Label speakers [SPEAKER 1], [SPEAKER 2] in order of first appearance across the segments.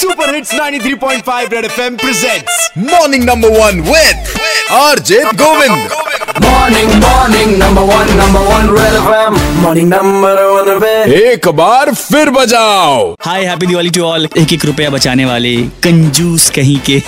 [SPEAKER 1] Super hits 93.5 red FM presents morning number one with RJ Govind
[SPEAKER 2] Morning, morning, number one, number one, Red FM. Morning, number one, Red.
[SPEAKER 1] एक बार फिर बजाओ
[SPEAKER 3] hi happy Diwali to all एक एक रुपया बचाने वाले कंजूस कहीं के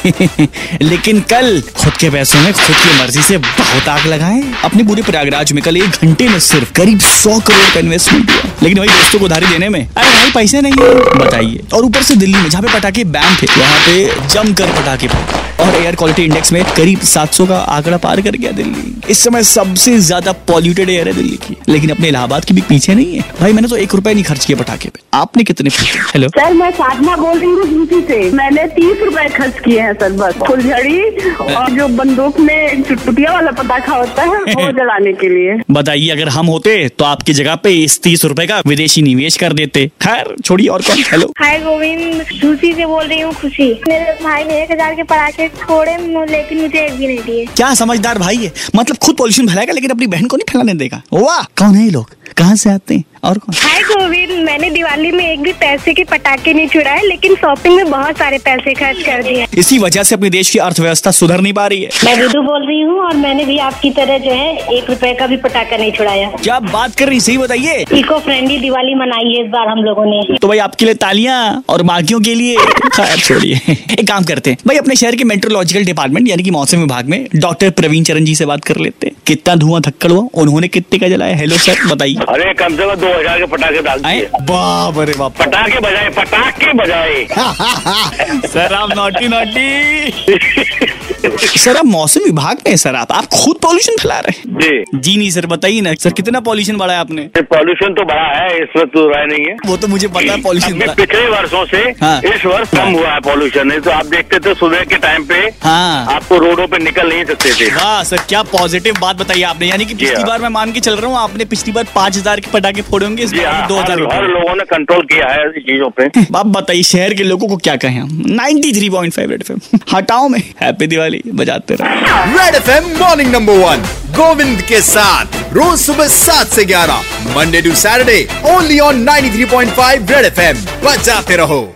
[SPEAKER 3] लेकिन कल खुद के पैसों में खुद की मर्जी से बहुत आग लगाएं अपने पूरे प्रयागराज में कल एक घंटे में सिर्फ करीब सौ करोड़ का इन्वेस्टमेंट हुआ लेकिन वही दोस्तों को उधारी देने में अरे भाई पैसे नहीं है बताइए और ऊपर से दिल्ली में जहाँ पे पटाखे बैन थे वहाँ पे जमकर पटाखे फटे और एयर क्वालिटी इंडेक्स में करीब 700 का आंकड़ा पार कर गया दिल्ली इस समय सबसे ज्यादा पॉल्यूटेड एयर है दिल्ली की लेकिन अपने इलाहाबाद की भी पीछे नहीं है भाई मैंने तो एक रुपया नहीं खर्च किया पटाखे पे आपने कितने फूके? हेलो
[SPEAKER 4] सर मैं साधना बोल रही हूँ यूपी से मैंने तीस रुपए खर्च किए हैं सर बस फुलझड़ी और जो बंदूक में चुटपुटिया वाला पटाखा होता है वो जलाने के लिए
[SPEAKER 3] बताइए अगर हम होते तो आपकी जगह पे इस तीस रुपए का विदेशी निवेश कर देते खैर छोड़िए और कौन हेलो
[SPEAKER 5] हाय गोविंद खुशी से बोल रही हूँ खुशी मेरे भाई ने एक हजार के पटाखे छोड़े मु- लेकिन मुझे एक भी नहीं दिए
[SPEAKER 3] क्या समझदार भाई है मतलब खुद पॉल्यूशन फैलाएगा लेकिन अपनी बहन को नहीं फैलाने देगा वाह कौन है ये लोग कहाँ से आते हैं और कौन
[SPEAKER 5] हाय गोविंद मैंने दिवाली में एक भी पैसे के पटाखे नहीं चुराए लेकिन शॉपिंग में बहुत सारे पैसे खर्च कर दिए
[SPEAKER 3] इसी वजह से अपने देश की अर्थव्यवस्था सुधर नहीं पा रही है
[SPEAKER 5] मैं विदु बोल रही हूँ और मैंने भी आपकी तरह जो है एक रुपए का भी पटाखा नहीं छुड़ाया
[SPEAKER 3] क्या बात कर रही सही बताइए
[SPEAKER 5] इको फ्रेंडली दिवाली मनाई है इस बार हम लोगों ने
[SPEAKER 3] तो भाई आपके लिए तालियां और बाकियों के लिए खैर छोड़िए एक काम करते हैं भाई अपने शहर के मेट्रोलॉजिकल डिपार्टमेंट यानी कि मौसम विभाग में डॉक्टर प्रवीण चरण जी से बात कर लेते हैं कितना धुआं धक्कड़ हुआ उन्होंने कितने का जलाया हेलो सर बताइए
[SPEAKER 6] अरे कम से कम दो हजार के पटाखे डाल दिए
[SPEAKER 3] बाप रे बाप
[SPEAKER 6] पटाखे बजाए पटाखे बजाए
[SPEAKER 3] हाँ। सर आप नॉटी नॉटी सर आप मौसम विभाग में हैं, सर आप आप खुद पॉल्यूशन फैला रहे हैं
[SPEAKER 6] जी
[SPEAKER 3] जी नहीं सर बताइए ना सर कितना पॉल्यूशन बढ़ाया आपने
[SPEAKER 6] पॉल्यूशन तो बड़ा है इसमें तो राय नहीं है
[SPEAKER 3] वो तो मुझे पता है पॉल्यूशन
[SPEAKER 6] अपने पिछले वर्षों से
[SPEAKER 3] हाँ।
[SPEAKER 6] इस वर्ष कम हुआ है पॉल्यूशन नहीं तो आप देखते थे सुबह के टाइम पे
[SPEAKER 3] हाँ
[SPEAKER 6] आपको रोडों पे निकल नहीं सकते थे
[SPEAKER 3] वाह हाँ, सर क्या पॉजिटिव बात बताई आपने यानी कि
[SPEAKER 6] जी
[SPEAKER 3] पिछली
[SPEAKER 6] हाँ।
[SPEAKER 3] बार मैं मान के चल रहा हूँ आपने पिछली बार पाँच हजार के पटाखे फोड़े होंगे इस
[SPEAKER 6] जी
[SPEAKER 3] बार
[SPEAKER 6] हाँ
[SPEAKER 3] दो
[SPEAKER 6] हर- हर
[SPEAKER 3] हजार
[SPEAKER 6] लोगों ने कंट्रोल किया है ऐसी चीजों पे
[SPEAKER 3] आप बताइए शहर के लोगों को क्या कहें हम ninety three point five red हटाओ में हैप्पी दिवाली बजाते रहो
[SPEAKER 1] red F morning number one Govind के साथ रोज सुबह सात से ग्यारह Monday to Saturday only on 93.5 red F बजाते रहो